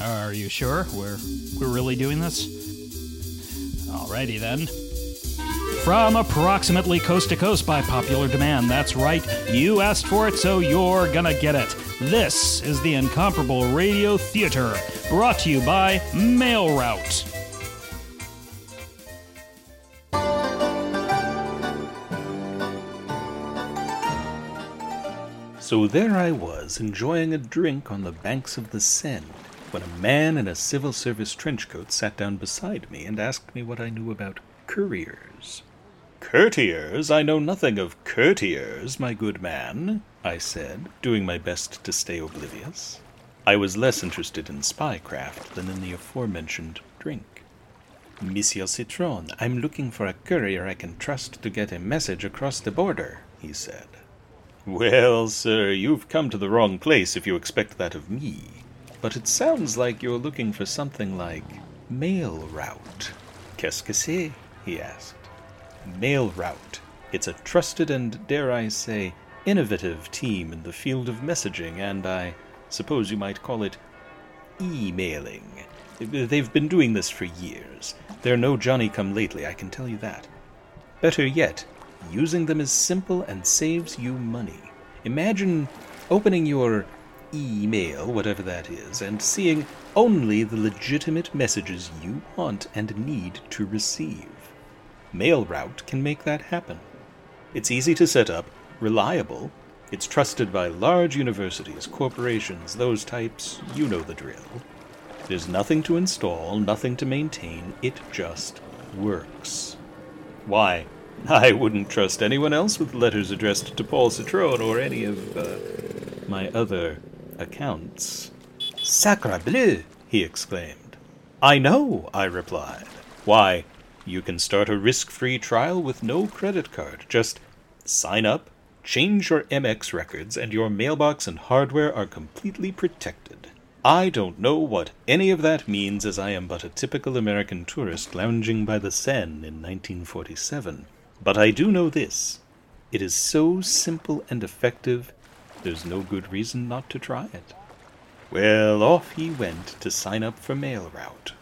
Are you sure we're we're really doing this? Alrighty then. From approximately coast to coast by popular demand. That's right. You asked for it, so you're gonna get it. This is the incomparable radio theater, brought to you by Mail Route. So there I was, enjoying a drink on the banks of the Seine, when a man in a civil service trench coat sat down beside me and asked me what I knew about couriers. Courtiers? I know nothing of courtiers, my good man, I said, doing my best to stay oblivious. I was less interested in spycraft than in the aforementioned drink. Monsieur Citron, I'm looking for a courier I can trust to get a message across the border, he said. Well, sir, you've come to the wrong place if you expect that of me. But it sounds like you're looking for something like mail route. Qu'est-ce que c'est? he asked. Mail route. It's a trusted and, dare I say, innovative team in the field of messaging, and I suppose you might call it emailing. They've been doing this for years. They're no Johnny come lately, I can tell you that. Better yet, using them is simple and saves you money. Imagine opening your email, whatever that is, and seeing only the legitimate messages you want and need to receive. MailRoute can make that happen. It's easy to set up, reliable, it's trusted by large universities, corporations, those types, you know the drill. There's nothing to install, nothing to maintain, it just works. Why, I wouldn't trust anyone else with letters addressed to Paul Citrone or any of uh, my other accounts. Sacre bleu! he exclaimed. I know, I replied. Why, you can start a risk free trial with no credit card. Just sign up, change your MX records, and your mailbox and hardware are completely protected. I don't know what any of that means, as I am but a typical American tourist lounging by the Seine in 1947. But I do know this it is so simple and effective, there's no good reason not to try it. Well, off he went to sign up for mail route.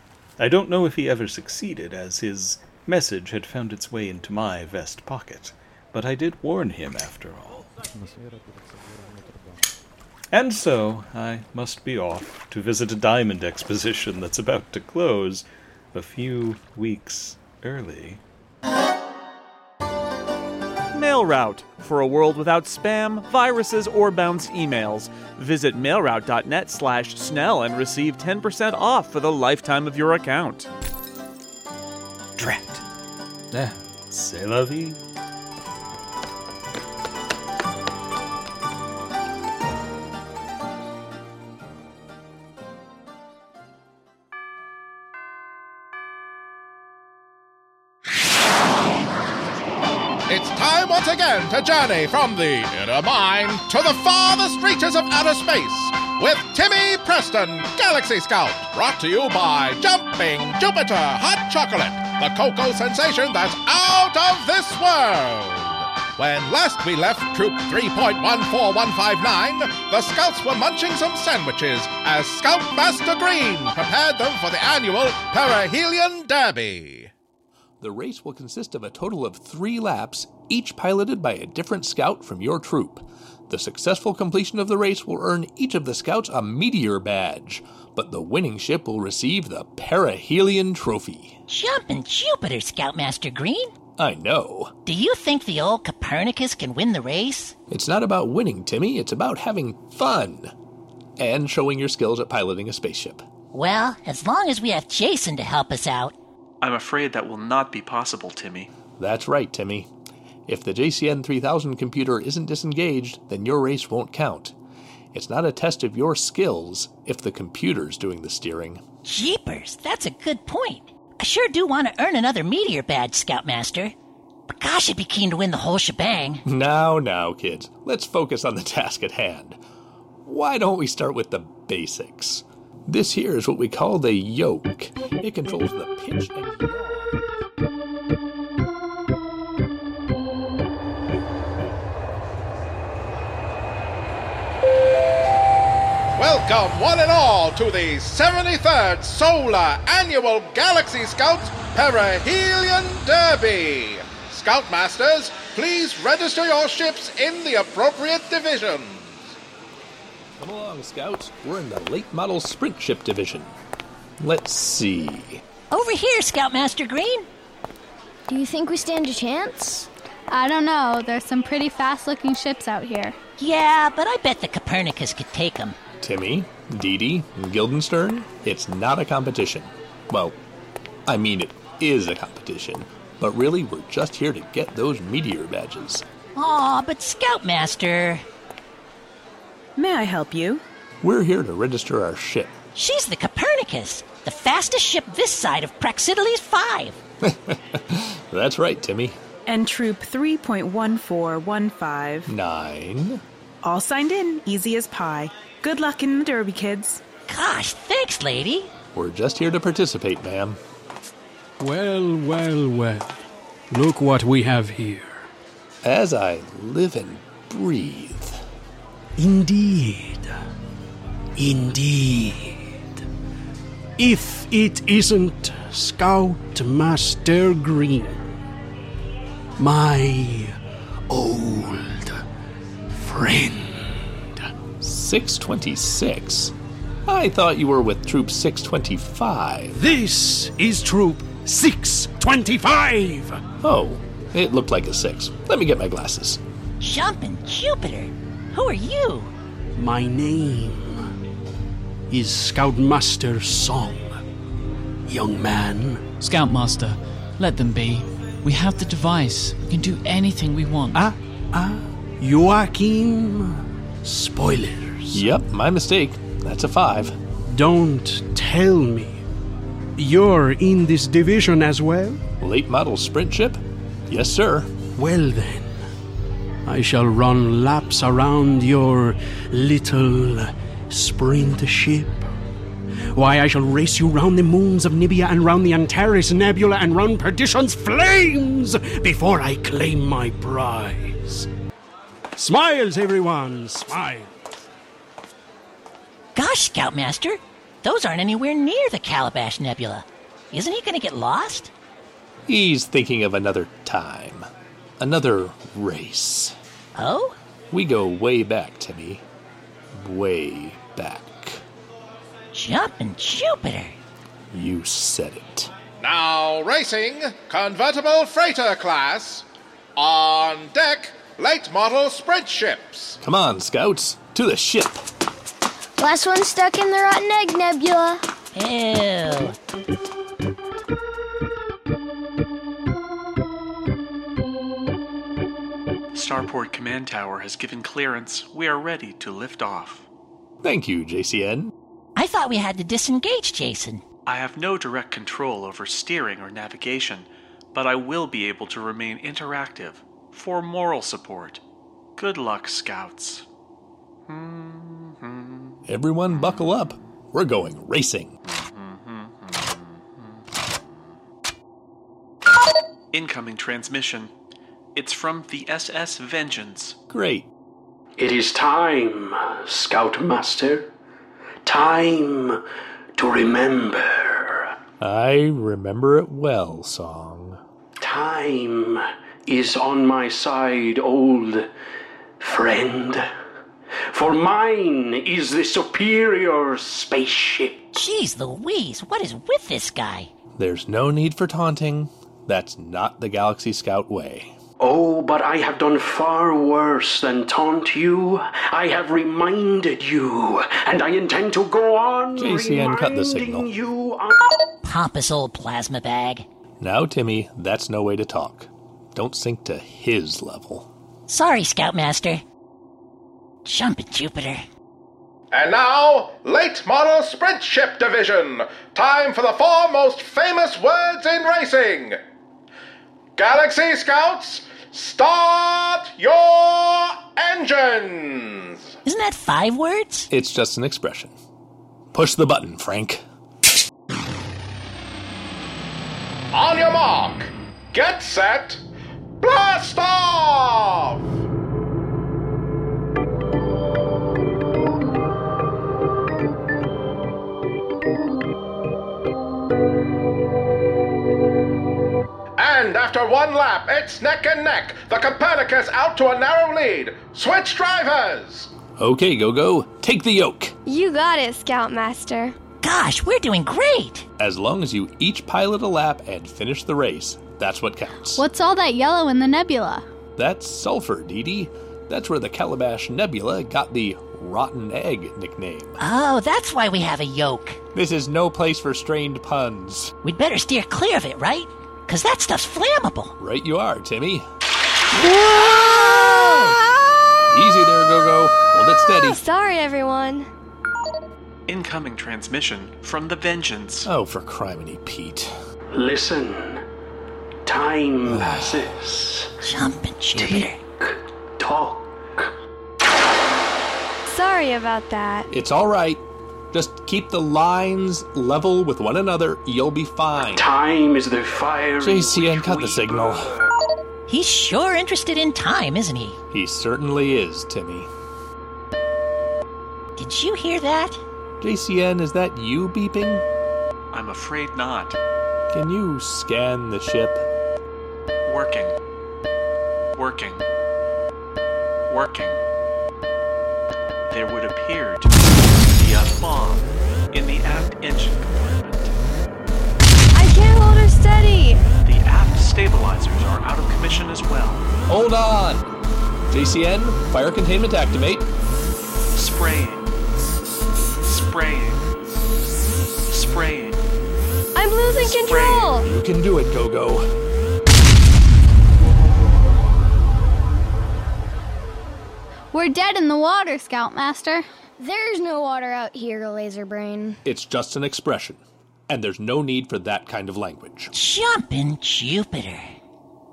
I don't know if he ever succeeded, as his message had found its way into my vest pocket, but I did warn him after all. And so I must be off to visit a diamond exposition that's about to close a few weeks early. MailRoute. For a world without spam, viruses, or bounced emails, visit mailroute.net slash snell and receive 10% off for the lifetime of your account. Drat. Ah, c'est la vie. It's time once again to journey from the inner mind to the farthest reaches of outer space with Timmy Preston, Galaxy Scout, brought to you by Jumping Jupiter Hot Chocolate, the cocoa sensation that's out of this world. When last we left Troop 3.14159, the Scouts were munching some sandwiches as Scoutmaster Green prepared them for the annual Perihelion Derby. The race will consist of a total of three laps, each piloted by a different scout from your troop. The successful completion of the race will earn each of the scouts a meteor badge, but the winning ship will receive the Perihelion Trophy. Jumpin' Jupiter, Scoutmaster Green! I know. Do you think the old Copernicus can win the race? It's not about winning, Timmy, it's about having fun and showing your skills at piloting a spaceship. Well, as long as we have Jason to help us out. I'm afraid that will not be possible, Timmy. That's right, Timmy. If the JCN 3000 computer isn't disengaged, then your race won't count. It's not a test of your skills if the computer's doing the steering. Jeepers, that's a good point. I sure do want to earn another meteor badge, Scoutmaster. But gosh, I'd be keen to win the whole shebang. Now, now, kids, let's focus on the task at hand. Why don't we start with the basics? This here is what we call the yoke. It controls the pitch and yaw. Well, Welcome, one and all, to the 73rd Solar Annual Galaxy Scouts Perihelion Derby. Scoutmasters, please register your ships in the appropriate division. Come along, Scouts. We're in the late model sprint ship division. Let's see. Over here, Scoutmaster Green. Do you think we stand a chance? I don't know. There's some pretty fast looking ships out here. Yeah, but I bet the Copernicus could take them. Timmy, Dee Dee, and Guildenstern, it's not a competition. Well, I mean, it is a competition, but really, we're just here to get those meteor badges. Aw, but Scoutmaster. May I help you? We're here to register our ship. She's the Copernicus, the fastest ship this side of Praxiteles 5. That's right, Timmy. And Troop 3.1415. Nine. All signed in, easy as pie. Good luck in the Derby, kids. Gosh, thanks, lady. We're just here to participate, ma'am. Well, well, well. Look what we have here. As I live and breathe. Indeed. Indeed. If it isn't Scout Master Green, my old friend. 626? I thought you were with Troop 625. This is Troop 625. Oh, it looked like a six. Let me get my glasses. Jumping Jupiter. Who are you? My name is Scoutmaster Song. Young man, Scoutmaster, let them be. We have the device. We can do anything we want. ah, ah, Joachim. Spoilers. Yep, my mistake. That's a five. Don't tell me. You're in this division as well? Late model sprint ship? Yes, sir. Well then, I shall run laps around your little sprint ship. Why, I shall race you round the moons of Nibia and round the Antares Nebula and round Perdition's flames before I claim my prize. Smiles, everyone, smile. Gosh, Scoutmaster, those aren't anywhere near the Calabash Nebula. Isn't he going to get lost? He's thinking of another time, another race. Oh? We go way back, Timmy. Way back. Jumping Jupiter. You said it. Now racing, convertible freighter class. On deck, late model sprint ships. Come on, Scouts, to the ship. Last one stuck in the Rotten Egg Nebula. Ew. Starport Command Tower has given clearance. We are ready to lift off. Thank you, JCN. I thought we had to disengage Jason. I have no direct control over steering or navigation, but I will be able to remain interactive for moral support. Good luck, Scouts. Hmm, Everyone, buckle up. We're going racing. Incoming transmission. It's from the SS Vengeance. Great. It is time, Scoutmaster. Time to remember. I remember it well, song. Time is on my side, old friend. For mine is the superior spaceship. Jeez Louise, what is with this guy? There's no need for taunting. That's not the Galaxy Scout way. Oh, but I have done far worse than taunt you. I have reminded you, and I intend to go on JCN, cut the reminding signal. you. On- Pompous old plasma bag. Now, Timmy, that's no way to talk. Don't sink to his level. Sorry, Scoutmaster. Jumping Jupiter. And now, late model sprint ship division. Time for the four most famous words in racing. Galaxy Scouts, start your engines. Isn't that five words? It's just an expression. Push the button, Frank. On your mark, get set, blast off! After one lap, it's neck and neck. The Copernicus out to a narrow lead. Switch drivers! Okay, Go Go, take the yoke. You got it, Scoutmaster. Gosh, we're doing great. As long as you each pilot a lap and finish the race, that's what counts. What's all that yellow in the nebula? That's sulfur, Dee Dee. That's where the Calabash Nebula got the rotten egg nickname. Oh, that's why we have a yoke. This is no place for strained puns. We'd better steer clear of it, right? Because that stuff's flammable. Right you are, Timmy. Easy there, Go Go. Hold it steady. Oh, Sorry, everyone. Incoming transmission from the Vengeance. Oh, for criminy Pete. Listen. Time passes. Jump and Jupiter. Talk. Sorry about that. It's all right. Just keep the lines level with one another. You'll be fine. Time is the fire. in JCN, which cut we the signal. burn. He's sure interested in time, isn't he? He certainly is, Timmy. Did you hear that? JCN, is that you beeping? I'm afraid not. Can you scan the ship? Working. Working. Working. There would appear to be a bomb in the aft engine compartment. I can't hold her steady. The aft stabilizers are out of commission as well. Hold on! JCN, fire containment activate. Spraying. Spraying. Spraying. I'm losing control. You can do it, Go Go. We're dead in the water, Scoutmaster. There's no water out here, Laser Brain. It's just an expression, and there's no need for that kind of language. Jump and Jupiter.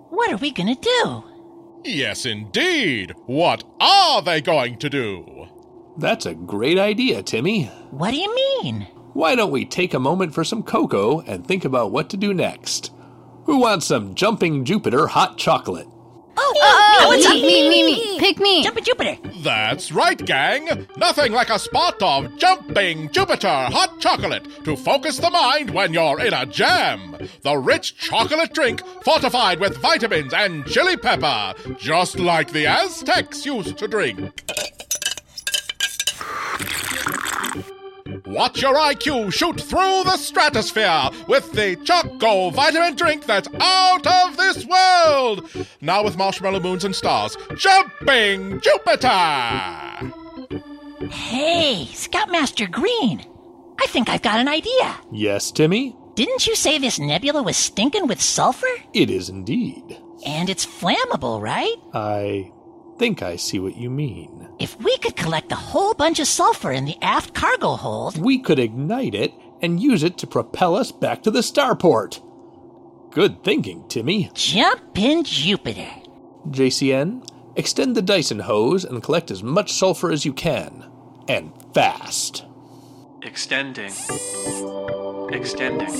What are we gonna do? Yes, indeed. What are they going to do? That's a great idea, Timmy. What do you mean? Why don't we take a moment for some cocoa and think about what to do next? Who wants some Jumping Jupiter hot chocolate? Oh, oh, no, it's Uh, me, up. me, me, me. Pick me. Jump and Jupiter. That's right, gang. Nothing like a spot of jumping Jupiter hot chocolate to focus the mind when you're in a jam. The rich chocolate drink fortified with vitamins and chili pepper, just like the Aztecs used to drink. Watch your IQ shoot through the stratosphere with the Choco vitamin drink that's out of this world. Now with marshmallow moons and stars, jumping Jupiter. Hey, Scoutmaster Green. I think I've got an idea. Yes, Timmy? Didn't you say this nebula was stinking with sulfur? It is indeed. And it's flammable, right? I think I see what you mean. If we could collect a whole bunch of sulfur in the aft cargo hold, We could ignite it and use it to propel us back to the starport. Good thinking, Timmy. jump in Jupiter. JCN, extend the Dyson hose and collect as much sulfur as you can. And fast. Extending. Extending.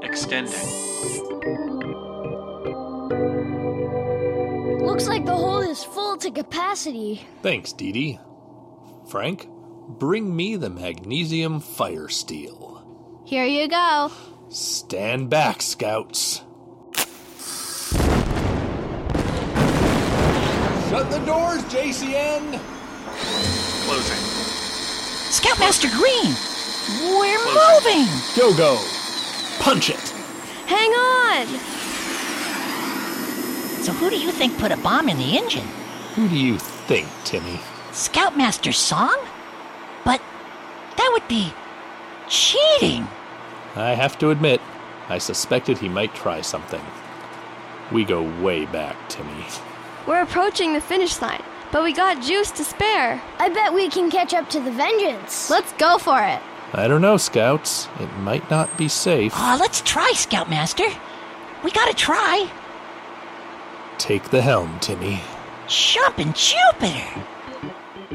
Extending. Looks like the hole is full to capacity. Thanks, Dee Dee. Frank, bring me the magnesium fire steel. Here you go. Stand back, scouts. Shut the doors, JCN! Closing. Scoutmaster Green, we're moving. Go, go! Punch it! Hang on. So who do you think put a bomb in the engine? Who do you think, Timmy? Scoutmaster Song? But that would be cheating. I have to admit, I suspected he might try something. We go way back, Timmy. We're approaching the finish line, but we got juice to spare. I bet we can catch up to the vengeance. Let's go for it. I don't know, scouts. It might not be safe. Aw, let's try, Scoutmaster. We gotta try. Take the helm, Timmy. Jump in Jupiter.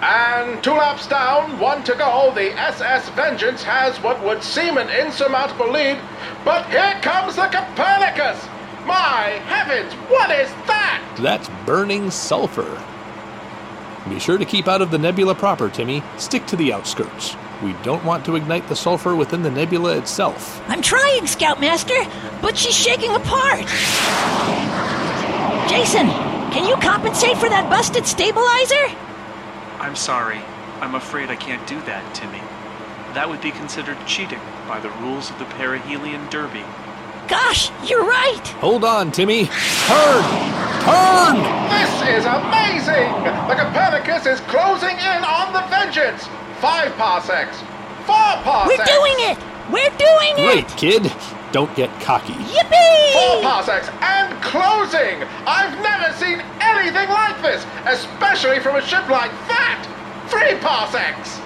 And two laps down, one to go. The SS Vengeance has what would seem an insurmountable lead, but here comes the Copernicus. My heavens, what is that? That's burning sulfur. Be sure to keep out of the nebula proper, Timmy. Stick to the outskirts. We don't want to ignite the sulfur within the nebula itself. I'm trying, Scoutmaster, but she's shaking apart. Jason, can you compensate for that busted stabilizer? I'm sorry. I'm afraid I can't do that, Timmy. That would be considered cheating by the rules of the perihelion derby. Gosh, you're right. Hold on, Timmy. Turn! Turn! This is amazing! The Copernicus is closing in on the vengeance! Five parsecs! Four parsecs! We're doing it! We're doing it! Great, kid. Don't get cocky. Yippee! Four parsecs and closing! I've never seen anything like this, especially from a ship like that! Three parsecs!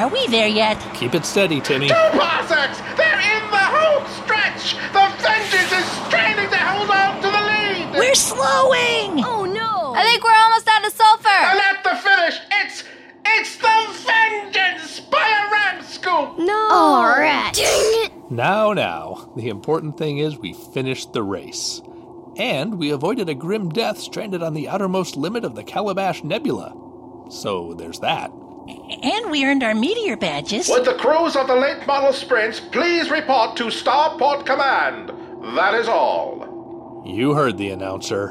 Are we there yet? Keep it steady, Timmy. Two parsecs! They're in the home stretch! The Vengeance is straining to hold on to the lead! We're slowing! Oh no! I think we're almost out of sulfur! And at the finish, it's it's the Vengeance by a ram scoop! No! Alright. Now, now, the important thing is we finished the race. And we avoided a grim death stranded on the outermost limit of the Calabash Nebula. So there's that. And we earned our meteor badges. Would the crews of the late model sprints please report to Starport Command? That is all. You heard the announcer.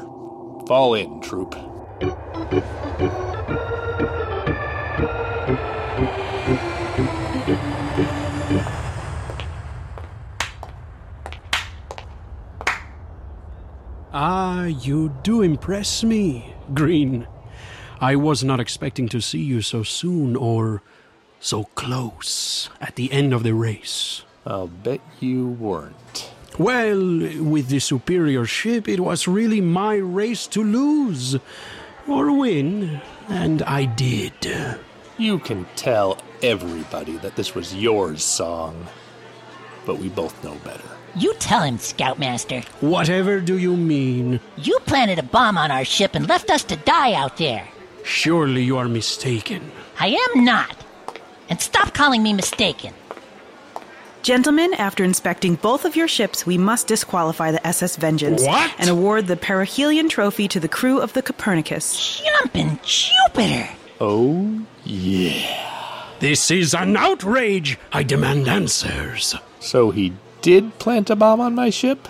Fall in, troop. Ah, you do impress me, Green. I was not expecting to see you so soon or so close at the end of the race. I'll bet you weren't. Well, with the superior ship, it was really my race to lose or win, and I did. You can tell everybody that this was your song. But we both know better. You tell him, Scoutmaster. Whatever do you mean? You planted a bomb on our ship and left us to die out there. Surely you are mistaken. I am not. And stop calling me mistaken. Gentlemen, after inspecting both of your ships, we must disqualify the SS Vengeance What? and award the Perihelion Trophy to the crew of the Copernicus. Jumping Jupiter! Oh, yeah. This is an outrage! I demand answers. So he did plant a bomb on my ship?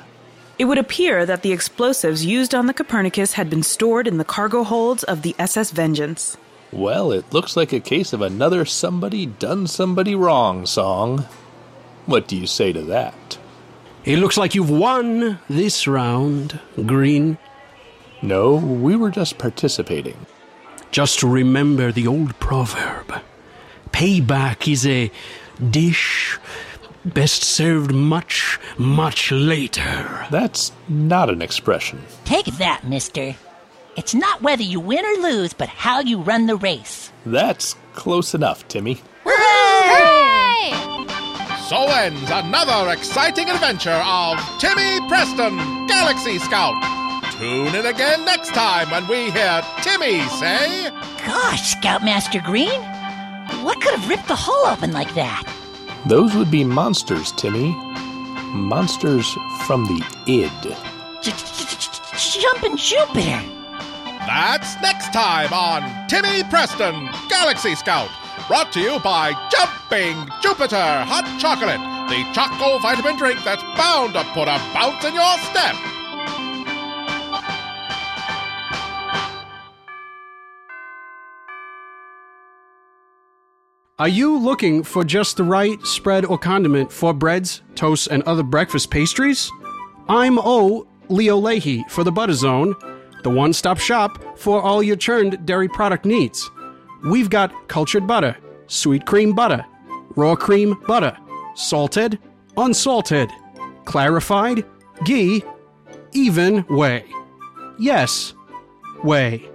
It would appear that the explosives used on the Copernicus had been stored in the cargo holds of the SS Vengeance. Well, it looks like a case of another somebody done somebody wrong song. What do you say to that? It looks like you've won this round, Green. No, we were just participating. Just remember the old proverb payback is a dish best served much, much later. That's not an expression. Take that, mister. It's not whether you win or lose, but how you run the race. That's close enough, Timmy. So ends another exciting adventure of Timmy Preston, Galaxy Scout. Tune in again next time when we hear Timmy say. Gosh, Scoutmaster Green! What could have ripped the hull open like that? Those would be monsters, Timmy. Monsters from the id. J- j- j- Jumping Jupiter! That's next time on Timmy Preston, Galaxy Scout. Brought to you by Jumping Jupiter Hot Chocolate, the choco vitamin drink that's bound to put a bounce in your step. Are you looking for just the right spread or condiment for breads, toasts, and other breakfast pastries? I'm O. Leo Leahy for the Butter Zone, the one stop shop for all your churned dairy product needs. We've got cultured butter, sweet cream butter, raw cream butter, salted, unsalted, clarified, ghee, even whey. Yes, whey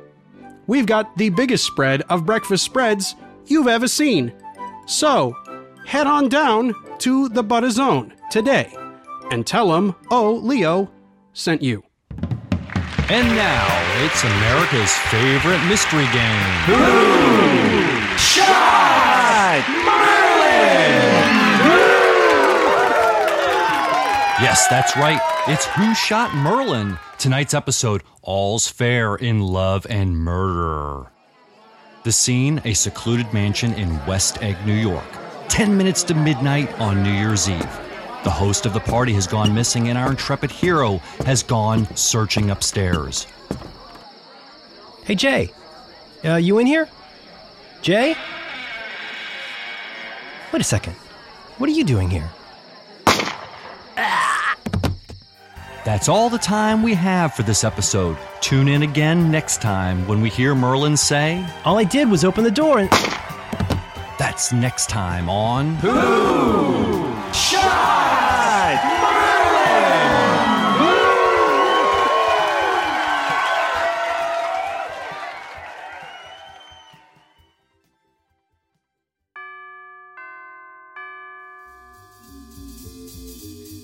we've got the biggest spread of breakfast spreads you've ever seen. So, head on down to the Butter Zone today and tell them, oh, Leo sent you. And now it's America's favorite mystery game. Yes, that's right. It's Who Shot Merlin. Tonight's episode All's Fair in Love and Murder. The scene a secluded mansion in West Egg, New York. 10 minutes to midnight on New Year's Eve. The host of the party has gone missing, and our intrepid hero has gone searching upstairs. Hey, Jay. Uh, you in here? Jay? Wait a second. What are you doing here? That's all the time we have for this episode. Tune in again next time when we hear Merlin say, All I did was open the door and. That's next time on Who Shot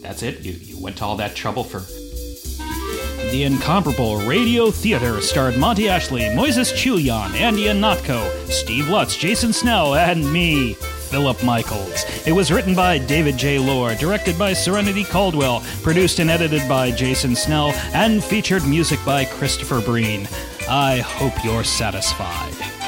That's it. You, you went to all that trouble for. The incomparable Radio Theater starred Monty Ashley, Moises Chulian, Andy Anatko, Steve Lutz, Jason Snell, and me, Philip Michaels. It was written by David J. Lohr, directed by Serenity Caldwell, produced and edited by Jason Snell, and featured music by Christopher Breen. I hope you're satisfied.